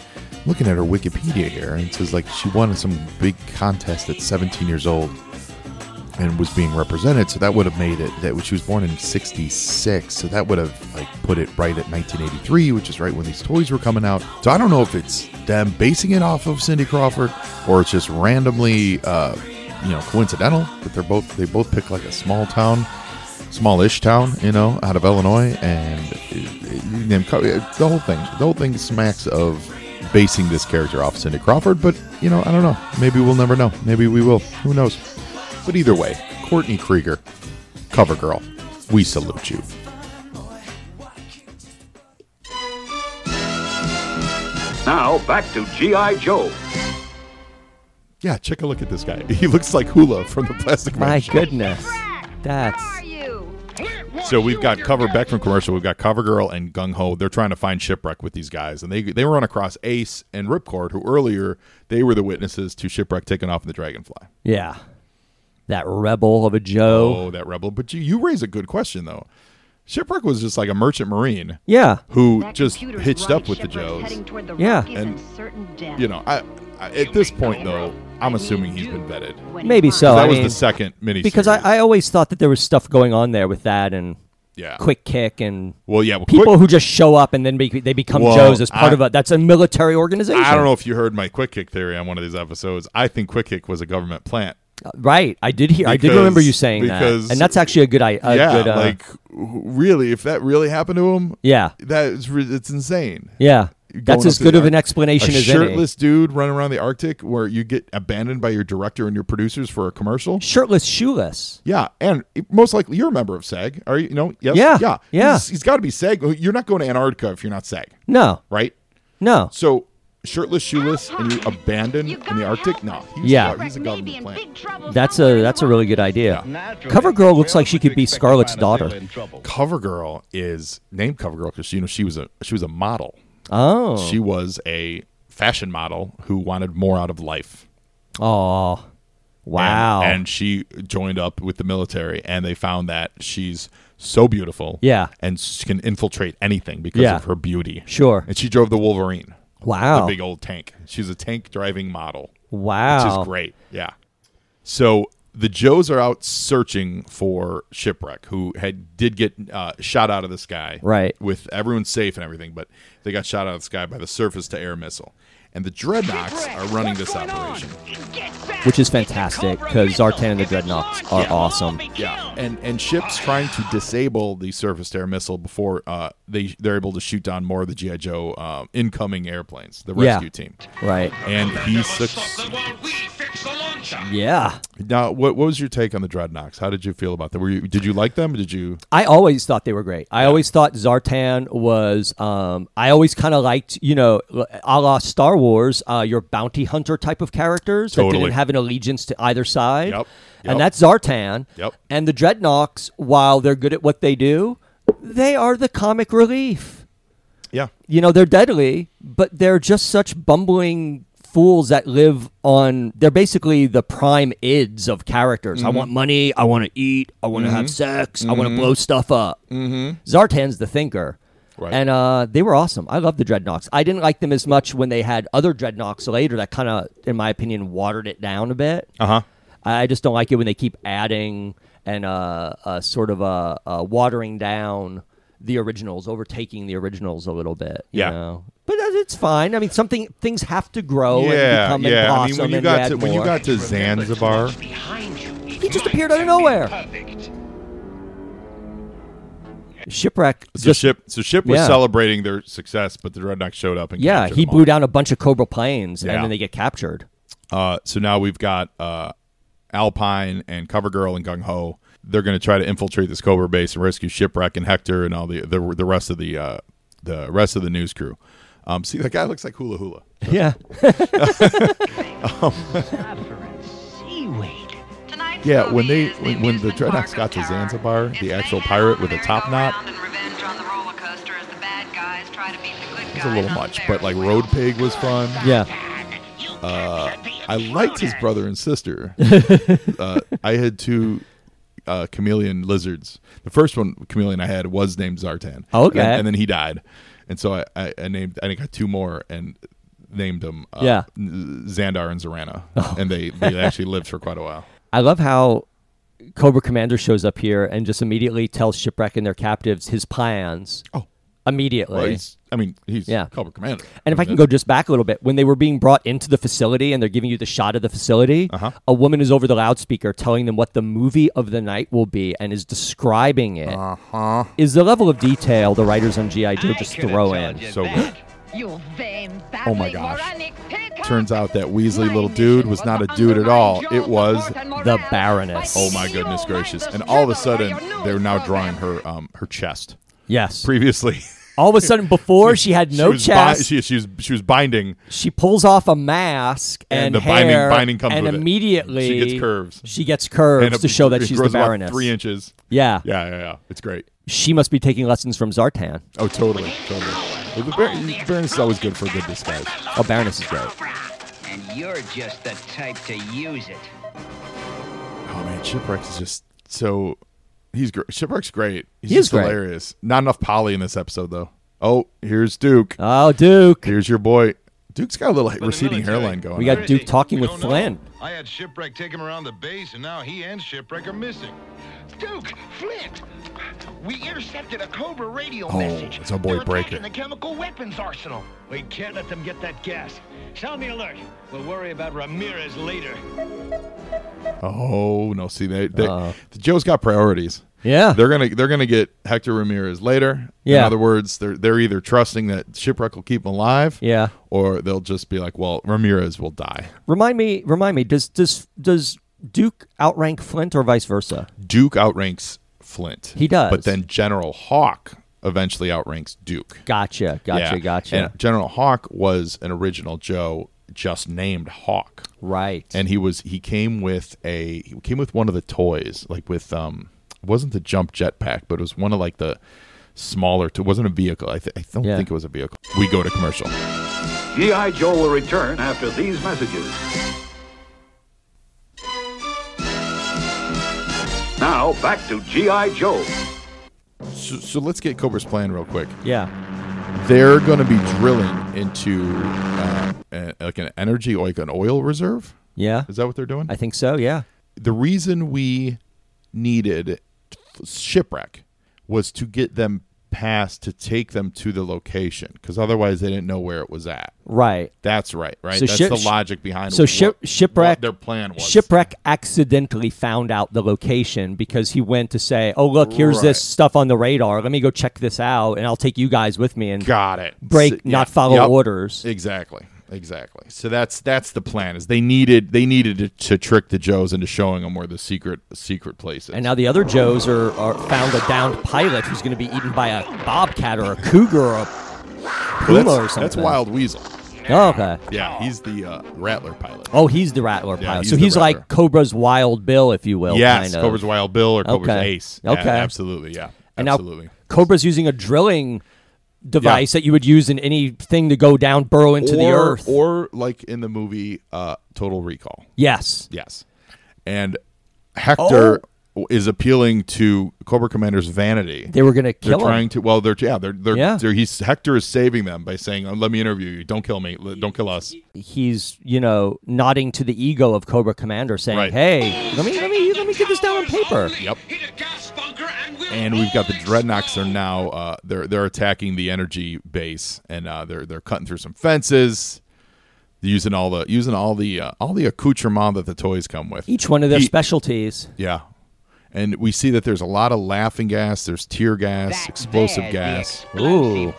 S2: looking at her Wikipedia here, and it says like she won some big contest at 17 years old and was being represented. So that would have made it that she was born in 66. So that would have like put it right at 1983, which is right when these toys were coming out. So I don't know if it's them basing it off of Cindy Crawford or it's just randomly, uh, you know, coincidental. But they're both they both pick like a small town smallish town, you know, out of Illinois, and it- it- them co- it- the whole thing, the whole thing smacks of basing this character off Cindy Crawford. But you know, I don't know. Maybe we'll never know. Maybe we will. Who knows? But either way, Courtney Krieger, cover girl, we salute you.
S8: Now back to G.I. Joe.
S2: Yeah, check a look at this guy. He looks like Hula from the Plastic Man.
S4: My
S2: show.
S4: goodness. That's
S7: Where are you?
S2: So we've got cover back from commercial. We've got cover girl and gung ho. They're trying to find shipwreck with these guys, and they they run across Ace and Ripcord, who earlier they were the witnesses to shipwreck taking off in the Dragonfly.
S4: yeah. That rebel of a Joe.
S2: Oh, that rebel! But you you raise a good question though. Shipwreck was just like a merchant marine
S4: Yeah.
S2: who
S9: That
S2: just
S9: computer's
S2: hitched
S9: right,
S2: up with the
S9: Shepard,
S2: Joes.
S9: heading toward the
S4: Yeah.
S9: Rockies
S2: And,
S9: certain death.
S2: You know, I, I at this point though, I'm assuming he's been vetted.
S9: When
S4: Maybe
S9: he
S4: so.
S9: finds-
S2: that
S4: I
S2: was
S4: mean,
S2: the second mini
S4: Because I, I always thought that there was stuff going on there with that and
S2: yeah
S4: quick kick and
S2: well yeah well,
S4: people
S2: quick,
S4: who just show up and then be, they become
S2: Well,
S4: Joes as part
S2: I-
S4: of a that's a military organization.
S2: I don't know if you heard my quick kick theory on one of these episodes. I think quick kick was a government plant.
S4: Uh, Right. I did hear. I did remember
S2: Because-
S4: you saying
S2: because-
S4: that. And that's actually a good idea.
S2: yeah,
S4: good, uh,
S2: like w- really, if that really happened to him,
S4: yeah.
S2: that is re- it's insane.
S4: Yeah.
S2: going up
S4: as
S2: to the
S4: good of
S2: Ar-
S4: an explanation
S2: a
S4: as any.
S2: shirtless dude running around the Arctic where you get abandoned by your director and your producers for a commercial.
S4: Shirtless, shoeless.
S2: Yeah, and e, most likely you're a member of SAG. Are you? You know? Yes.
S4: Yeah,
S2: Yeah.
S4: yeah.
S2: He's- he's got to be SAG. You're not going to Antarctica if you're not SAG,
S4: No,
S2: right?
S4: no.
S2: So shirtless, shoeless, and you abandoned in the Arctic? No. He's
S4: Yeah.
S2: A, he's a government plant.
S4: That's a that's a really good idea. Cover Girl looks like she could be Scarlett's daughter.
S2: CoverGirl is named CoverGirl because you know she was a she was a model.
S4: Oh,
S2: She was a fashion model who wanted more out of life.
S4: oh, wow.
S2: And, and she joined up with the military, and they found that she's so beautiful.
S4: Yeah.
S2: And she can infiltrate anything because
S4: Yeah.
S2: of her beauty.
S4: Sure.
S2: And she drove the Wolverine, the
S4: wow,
S2: big old tank. She's a tank driving model.
S4: wow.
S2: which is great. Yeah. So the Joes are out searching for shipwreck, who had did get uh, shot out of the sky,
S4: Right.
S2: With everyone safe and everything, but they got shot out of the sky by the surface to air missile, and the Dreadnoughts are running this operation.
S4: Which is fantastic because Zartan and the Dreadnoughts are awesome.
S2: Yeah, and and ships trying to disable the surface to air missile before uh, they they're able to shoot down more of the GI Joe uh, incoming airplanes, the
S4: Yeah.
S2: rescue team,
S4: Right.
S2: and he succeeds.
S4: Yeah.
S2: Now, what, what was your take on the Dreadnoughts? How did you feel about them? Were you did you like them? Did you?
S4: I always thought they were great. I always thought Zartan was. Um, I always kind of liked, you know, a la Star Wars, uh, your bounty hunter type of characters that
S2: Totally.
S4: didn't have an allegiance to either side.
S2: Yep, yep.
S4: And that's Zartan.
S2: Yep.
S4: And the Dreadnoughts, while they're good at what they do, they are the comic relief.
S2: Yeah,
S4: You know, they're deadly, but they're just such bumbling fools that live on. They're basically the prime ids of characters. I want money. I want to eat. I want to have sex. I want to blow stuff up. Mm-hmm. Zartan's the thinker.
S2: Right.
S4: And uh, they were awesome. I love the dreadnoughts. I didn't like them as much when they had other dreadnoughts later that kind of, in my opinion, watered it down a bit. Uh
S2: Uh-huh.
S4: huh. I just don't like it when they keep adding and uh, uh, sort of uh, uh, watering down the originals, overtaking the originals a little bit. you
S2: Yeah.
S4: know? But uh, it's fine. I mean, something things have to grow
S2: yeah,
S4: Oh, and become and
S2: yeah. I mean,
S4: blossom
S2: when you
S4: and
S2: got
S4: add
S2: to when you
S4: more.
S2: got to Zanzibar, Uh,
S4: he just appeared out of nowhere. Shipwreck.
S2: so
S4: just-
S2: ship so ship was
S4: yeah.
S2: celebrating their success, but the Dreadnoughts showed up and
S4: yeah,
S2: captured
S4: he
S2: them
S4: blew
S2: all.
S4: down a bunch of Cobra planes,
S2: Yeah.
S4: and then they get captured.
S2: Uh, so now we've got uh, Alpine and Covergirl and Gung Ho. They're going to try to infiltrate this Cobra base and rescue Shipwreck and Hector and all the the, the rest of the uh, the rest of the news crew. Um, see, that guy looks like Hula Hula.
S4: Yeah.
S5: Seaweed.
S9: Tonight's
S2: Yeah,
S9: movie
S2: when they-
S9: is
S2: when- when the
S9: amusement
S2: Dreadnoughts
S9: park
S2: got
S9: of
S2: to
S9: terror.
S2: Zanzibar,
S9: It's
S2: the actual
S9: mayhem
S2: pirate with
S9: on
S2: a top knot.
S9: merry-go-round and revenge on the roller coaster as the bad guys try to beat the good
S2: It's a
S9: guys
S2: little
S9: on
S2: much,
S9: the
S2: but like Road Pig was fun.
S4: Yeah.
S2: Uh, I liked his brother and sister. uh, I had two uh, chameleon lizards. The first one chameleon I had was named Zartan.
S4: Oh, okay.
S2: and then, and then he died, and so I, I, I named I got two more and named them uh,
S4: Yeah. Oh.
S2: Xandar and Zorana, and they they actually lived for quite a while.
S4: I love how Cobra Commander shows up here and just immediately tells Shipwreck and their captives his plans.
S2: Oh.
S4: Immediately.
S2: Well, he's, I mean, he's
S4: Yeah.
S2: Cobra Commander.
S4: and if I
S2: mean,
S4: can go just back a little bit, when they were being brought into the facility and they're giving you the shot of the facility,
S2: Uh-huh.
S4: a woman is over the loudspeaker telling them what the movie of the night will be and is describing it. Uh-huh. Is the level of detail the writers on G.I. Joe just throw in?
S2: so good.
S9: You vain,
S2: Oh my gosh. Turns out that Weasley little dude was not a dude at all. It was
S4: The Baroness.
S2: oh my goodness gracious! And all of a sudden, they're now drawing her um her chest.
S4: Yes.
S2: Previously,
S4: All of a sudden, before she had no
S2: she was bi-
S4: chest, she,
S2: she, she was she was binding.
S4: pulls off a mask and,
S2: And the binding-
S4: hair,
S2: binding comes
S4: and
S2: with it.
S4: immediately
S2: She gets curves.
S4: She gets curves
S2: and
S4: to
S2: it-
S4: show that
S2: it
S4: she's the
S2: grows about
S4: Baroness.
S2: Three inches.
S4: Yeah.
S2: Yeah, yeah, yeah. It's great.
S4: she must be taking lessons from Zartan.
S2: Oh, totally, totally. Well, the Bar- the Baroness is always good for a good disguise.
S4: Oh, Baroness is great.
S7: And you're just the type to use it.
S2: Oh man, Shipwreck is just so. He's gr- Shipwreck's great. He's
S4: He is
S2: just
S4: great.
S2: hilarious. Not enough Polly in this episode though. Oh, here's Duke.
S4: Oh, Duke.
S2: Here's your boy. Duke's got a little receding hairline going.
S4: We
S2: on.
S4: got Duke talking with Flynn.
S1: I had Shipwreck take him around the base, and now he and Shipwreck are missing.
S5: Duke, Flint, we intercepted a Cobra radio
S2: Oh,
S5: message.
S2: it's our boy
S5: They're attacking
S2: Breaker.
S5: the chemical weapons arsenal. We can't let them get that gas. Sound the alert. We'll worry about Ramirez later.
S2: Oh no, see they, they the Joe's got priorities.
S4: Uh. Yeah.
S2: they're gonna they're gonna get Hector Ramirez later. In
S4: Yeah.
S2: other words, they're they're either trusting that shipwreck will keep him alive.
S4: Yeah.
S2: Or they'll just be like, well, Ramirez will die.
S4: Remind me, remind me. Does does does Duke outrank Flint or vice versa?
S2: Duke outranks Flint.
S4: He does.
S2: But then General Hawk eventually outranks Duke.
S4: Gotcha, gotcha,
S2: Yeah.
S4: gotcha.
S2: And General Hawk was an original Joe, just named Hawk,
S4: right.
S2: and he was he came with a he came with one of the toys, like with um it wasn't the jump jetpack, but it was one of like the smaller. To, it wasn't a vehicle. I, th- I don't
S4: Yeah.
S2: think it was a vehicle. We go to commercial.
S8: G.I. Joe will return after these messages. Now, back to G.I. Joe.
S2: So, so let's get Cobra's plan real quick.
S4: yeah.
S2: They're going to be drilling into uh, a- like an energy, like an oil reserve.
S4: Yeah.
S2: Is that what they're doing?
S4: I think so, yeah.
S2: the reason we needed shipwreck was to get them past to take them to the location because otherwise they didn't know where it was at
S4: Right.
S2: that's right right
S4: So
S2: that's
S4: ship-
S2: the logic behind
S4: So
S2: what-
S4: ship, shipwreck
S2: what their plan was
S4: Shipwreck accidentally found out the location because he went to say, "Oh look, here's
S2: Right.
S4: this stuff on the radar. Let me go check this out, and I'll take you guys with me." And
S2: got it
S4: break,
S2: So-
S4: not
S2: yeah.
S4: follow
S2: Yep.
S4: orders.
S2: exactly exactly so that's that's the plan is they needed they needed to, to trick the joes into showing them where the secret secret place is
S4: And now the other Joes are, are found a downed pilot who's going to be eaten by a bobcat or a cougar or a
S2: Well,
S4: puma
S2: that's,
S4: or something.
S2: that's wild weasel
S4: Oh, okay.
S2: yeah he's the uh, rattler pilot
S4: Oh, he's the Rattler
S2: Yeah,
S4: pilot.
S2: he's
S4: so
S2: the
S4: he's
S2: Rattler.
S4: like Cobra's Wild Bill, if you will.
S2: yes
S4: Oh, kind of.
S2: cobra's wild bill or cobra's
S4: Okay.
S2: ace Yeah,
S4: Okay.
S2: absolutely yeah
S4: And now
S2: absolutely
S4: Cobra's using a drilling device that you would use in anything to go down, burrow into
S2: or,
S4: the earth.
S2: Or like in the movie uh, Total Recall.
S4: yes.
S2: Yes. And Hector is appealing to Cobra Commander's vanity.
S4: They were going to
S2: They're
S4: kill him.
S2: trying to. Well, they're yeah. They're they're,
S4: Yeah.
S2: they're he's Hector is saving them by saying, oh, "Let me interview you. Don't kill me. L- Don't kill us."
S4: He's, you know, nodding to the ego of Cobra Commander saying,
S2: Right.
S4: hey, let me, let, me, let me get this down on paper.
S2: Yep. And we've got the dreadnoks are now uh, they're they're attacking the energy base and uh, they're they're cutting through some fences, using all the using all the uh, all the accoutrement that the toys come with.
S4: Each one of their
S2: He-
S4: specialties.
S2: Yeah. And we see that there's a lot of laughing gas, there's tear gas, explosive gas.
S4: Ooh.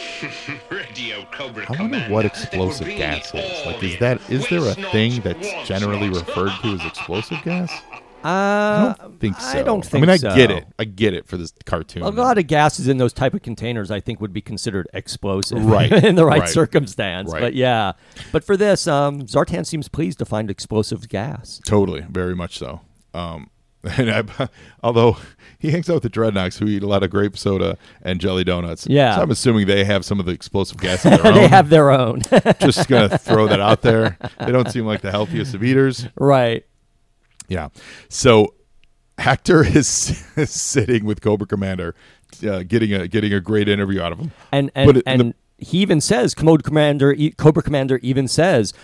S2: I wonder what explosive gas is. Like is that is there a thing that's generally referred to as explosive gas?
S4: Uh,
S2: I don't think so.
S4: I don't
S2: I mean I
S4: think
S2: get
S4: so.
S2: it. I get it for this cartoon.
S4: a lot of gases in those type of containers, I think, would be considered explosive,
S2: Right,
S4: in the right,
S2: right,
S4: circumstance.
S2: right.
S4: But yeah, but for this, um, Zartan seems pleased to find explosive gas.
S2: Totally, very much so. Um, and I, although he hangs out with the dreadnoks who eat a lot of grape soda and jelly donuts,
S4: Yeah.
S2: so I'm assuming they have some of the explosive gas. Of their
S4: They
S2: own.
S4: have their own,
S2: Just gonna throw that out there. They don't seem like the healthiest of eaters.
S4: right?
S2: Yeah. So Hector is, is sitting with Cobra Commander, uh, getting a getting a great interview out of him.
S4: And and
S2: But it-
S4: and
S2: the-
S4: he even says, "Commode Commander, e- Cobra Commander," even says,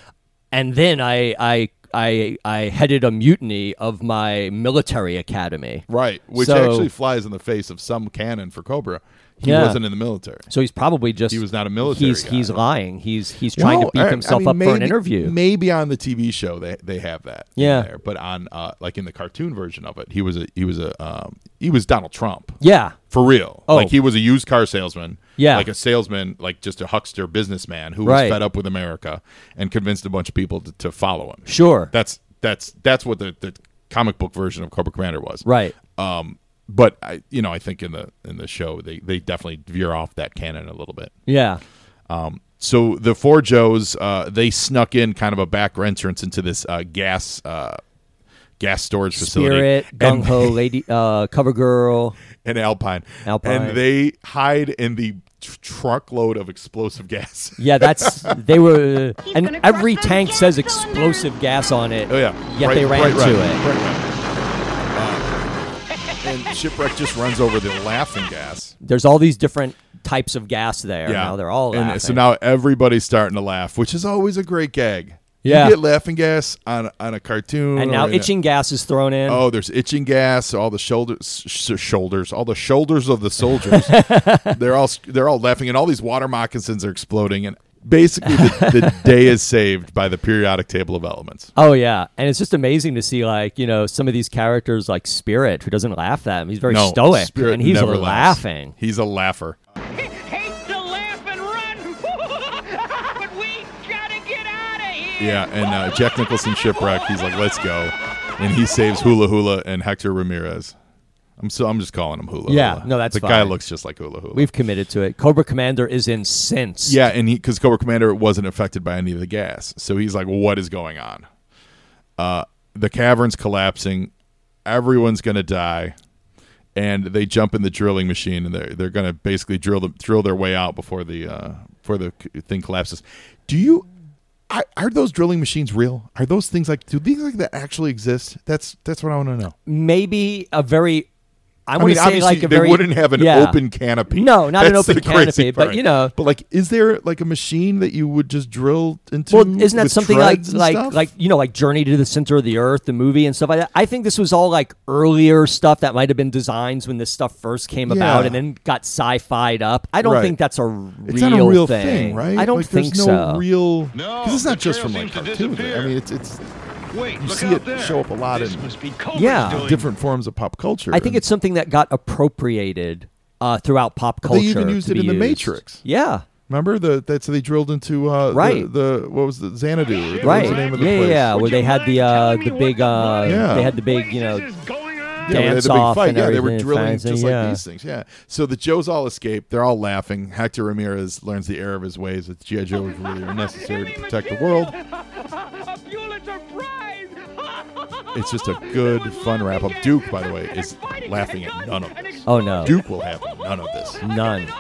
S4: and then I I. I, I headed a mutiny of my military academy.
S2: right, which
S4: So-
S2: actually flies in the face of some canon for Cobra. He
S4: Yeah.
S2: wasn't in the military.
S4: So he's probably just
S2: He was not a military
S4: He's
S2: guy.
S4: he's lying. He's he's trying to
S2: Well,
S4: beat
S2: I- I
S4: himself
S2: mean,
S4: up for an
S2: maybe-
S4: interview.
S2: Maybe on the TV show they, they have that. in
S4: Yeah.
S2: there. but on uh, like in the cartoon version of it, he was a he was a um, he was Donald Trump.
S4: yeah.
S2: For real.
S4: Oh.
S2: Like he was a used car salesman.
S4: Yeah.
S2: Like a salesman, like just a huckster businessman who
S4: Right.
S2: was fed up with America and convinced a bunch of people to, to follow him.
S4: Sure.
S2: That's that's that's what the, the comic book version of Cobra Commander was.
S4: Right.
S2: Um but I you know, I think in the in the show they, they definitely veer off that canon a little bit.
S4: Yeah.
S2: So the four Joes, uh, they snuck in kind of a back entrance into this uh, gas uh, gas storage facility.
S4: Spirit, Gung
S2: And-
S4: Ho, Lady, uh, Cover Girl.
S2: and Alpine.
S4: Alpine.
S2: And they hide in the tr- truckload of explosive gas.
S4: Yeah, that's they were, and
S9: gonna crush
S4: every
S9: that
S4: tank
S9: gas
S4: says
S9: cylinder.
S4: explosive gas on it.
S2: Oh yeah.
S4: yet
S2: Right-
S4: they ran
S2: right,
S4: to
S2: right,
S4: it.
S2: right, right. Uh, and Shipwreck just runs over the laughing gas.
S4: There's all these different types of gas there.
S2: Yeah.
S4: now they're all laughing.
S2: And uh, so now everybody's starting to laugh, which is always a great gag.
S4: Yeah.
S2: You get laughing gas on, on a cartoon.
S4: and now
S2: or in a-
S4: itching gas is thrown in.
S2: Oh, there's itching gas. All the shoulders, sh- shoulders, all the shoulders of the soldiers. they're all they're all laughing, and all these water moccasins are exploding. And basically the, the day is saved by the periodic table of elements.
S4: Oh yeah, and it's just amazing to see like you know some of these characters like Spirit, who doesn't laugh at him. He's very
S2: No,
S4: stoic,
S2: Spirit
S4: and he's
S2: never laughs.
S4: laughing.
S2: He's a laugher.
S5: Hate to laugh and run, but we gotta get out of here.
S2: Yeah, and uh, Jack Nicholson shipwreck. He's like, let's go, and he saves Hula Hula and Hector Ramirez. I'm so I'm just calling him Hula.
S4: Yeah,
S2: Hula.
S4: no, that's
S2: the guy
S4: fine.
S2: looks just like Hula Hula.
S4: We've committed to it. Cobra Commander is incensed.
S2: yeah, and he because Cobra Commander wasn't affected by any of the gas, so he's like, what is going on? Uh, the cavern's collapsing. Everyone's gonna die, and they jump in the drilling machine, and they're they're gonna basically drill the, drill their way out before the uh, before the c- thing collapses. Do you? I, are those drilling machines real? Are those things like do these like that actually exist? That's that's what I want to know.
S4: maybe a very. I,
S2: I
S4: want
S2: mean,
S4: to say
S2: obviously
S4: like a
S2: they
S4: very,
S2: wouldn't have an
S4: yeah.
S2: open canopy.
S4: No, not an
S2: That's
S4: open
S2: the crazy
S4: canopy, but
S2: part.
S4: you know,
S2: But like, is there like a machine that you would just drill into?
S4: well, isn't that
S2: with
S4: something like
S2: treads and
S4: like
S2: stuff?
S4: like you know like Journey to the Center of the Earth, the movie and stuff like that? I think this was all like earlier stuff that might have been designs when this stuff first came about
S2: Yeah.
S4: and then got sci-fied up. I don't
S2: Right.
S4: think that's a real,
S2: it's not a real thing, right?
S4: I don't
S2: Like,
S4: think
S2: there's
S4: so.
S2: No real.
S1: No,
S2: 'cause it's not
S1: the
S2: just
S1: trail
S2: from like
S1: seems to
S2: cartoons. I
S1: disappear.
S2: mean, it's it's
S1: Wait,
S2: you
S1: look
S2: see
S1: out
S2: it
S1: there.
S2: show up a lot
S1: This
S2: in
S1: must be Cobra's
S4: Yeah.
S1: doing.
S2: different forms of pop culture.
S4: I think it's something that got appropriated uh, throughout pop culture.
S2: They even used
S4: to
S2: it
S4: be
S2: in The
S4: used.
S2: Matrix.
S4: Yeah.
S2: remember the that's they drilled into uh, the-
S4: Right.
S2: the, what was the Xanadu or what
S4: Right.
S2: was the name of the
S4: yeah, yeah,
S2: place?
S4: yeah. Where they had the uh, the big uh,
S2: Yeah.
S4: they had the big you know
S5: This is going on.
S2: Yeah, where they had
S4: dance
S2: the big
S4: off
S2: fight.
S4: and
S2: yeah, they were
S4: everything,
S2: drilling
S4: fancy,
S2: just
S4: yeah.
S2: like these things. Yeah. So the Joes all escape. They're all laughing. Hector Ramirez learns the error of his ways that GI Joe is really necessary to protect the world.
S5: A Pulitzer Prize.
S2: It's just a good, fun wrap up. Duke, by the way, is laughing at none of this.
S4: Oh no.
S2: Duke will have none of this.
S4: None.
S5: I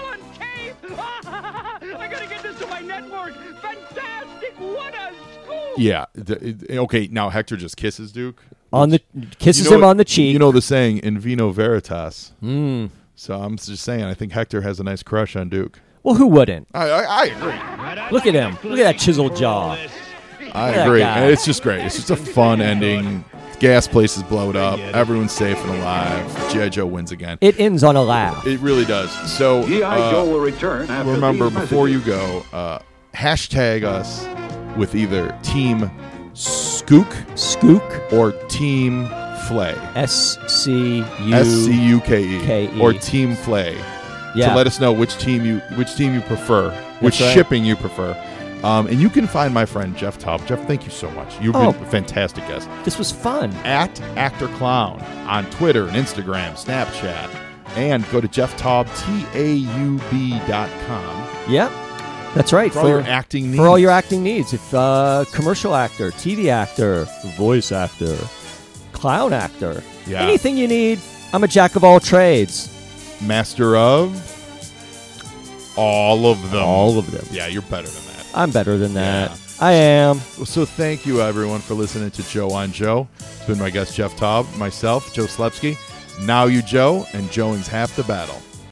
S5: gotta get this to my network. Fantastic! What a scoop!
S2: Yeah. the- it- okay. Now Hector just kisses Duke.
S4: On the kisses
S2: You know
S4: him
S2: what-
S4: on the cheek. Hmm.
S2: You know the saying, "In vino veritas." So I'm just saying, I think Hector has a nice crush on Duke.
S4: well, who wouldn't?
S2: I, I, I agree.
S4: Look at him. Look at that chiseled jaw.
S2: I
S4: Look at that
S2: agree.
S4: guy.
S2: And it's just great. It's just a fun ending. Gas places blowed up. Everyone's safe and alive. G.I. Joe wins again.
S4: It ends on a laugh.
S2: It really does. So
S8: GI Joe
S2: uh,
S8: will return after
S2: remember,
S8: these
S2: before you
S8: messages.
S2: go, uh, hashtag us with either Team Skook
S4: Skook.
S2: or Team Flay.
S4: S C
S2: S C
S4: U
S2: U K E
S4: K-E.
S2: or Team Flay to
S4: Yeah.
S2: let us know which team you which team you prefer, which
S4: right.
S2: shipping you prefer. Um, and you can find my friend Jeff Taub. Jeff, thank you so much. You've
S4: Oh.
S2: been a fantastic guest.
S4: This was fun.
S2: at Actor Clown on Twitter and Instagram, Snapchat, and go to Jeff Taub, T A U B dot com.
S4: Yeah. That's right.
S2: For all your acting needs.
S4: For all your acting needs. If uh, commercial actor, TV actor, voice actor, clown actor,
S2: Yeah.
S4: anything you need, I'm a jack of all trades.
S2: Master of all of them.
S4: All of them.
S2: Yeah, you're better than that.
S4: I'm better than that.
S2: Yeah.
S4: I am.
S2: So thank you, everyone, for listening to Joe on Joe. It's been my guest, Jeff Taub, myself, Joe Slepsky. Now you, Joe, and Joeing's half the battle.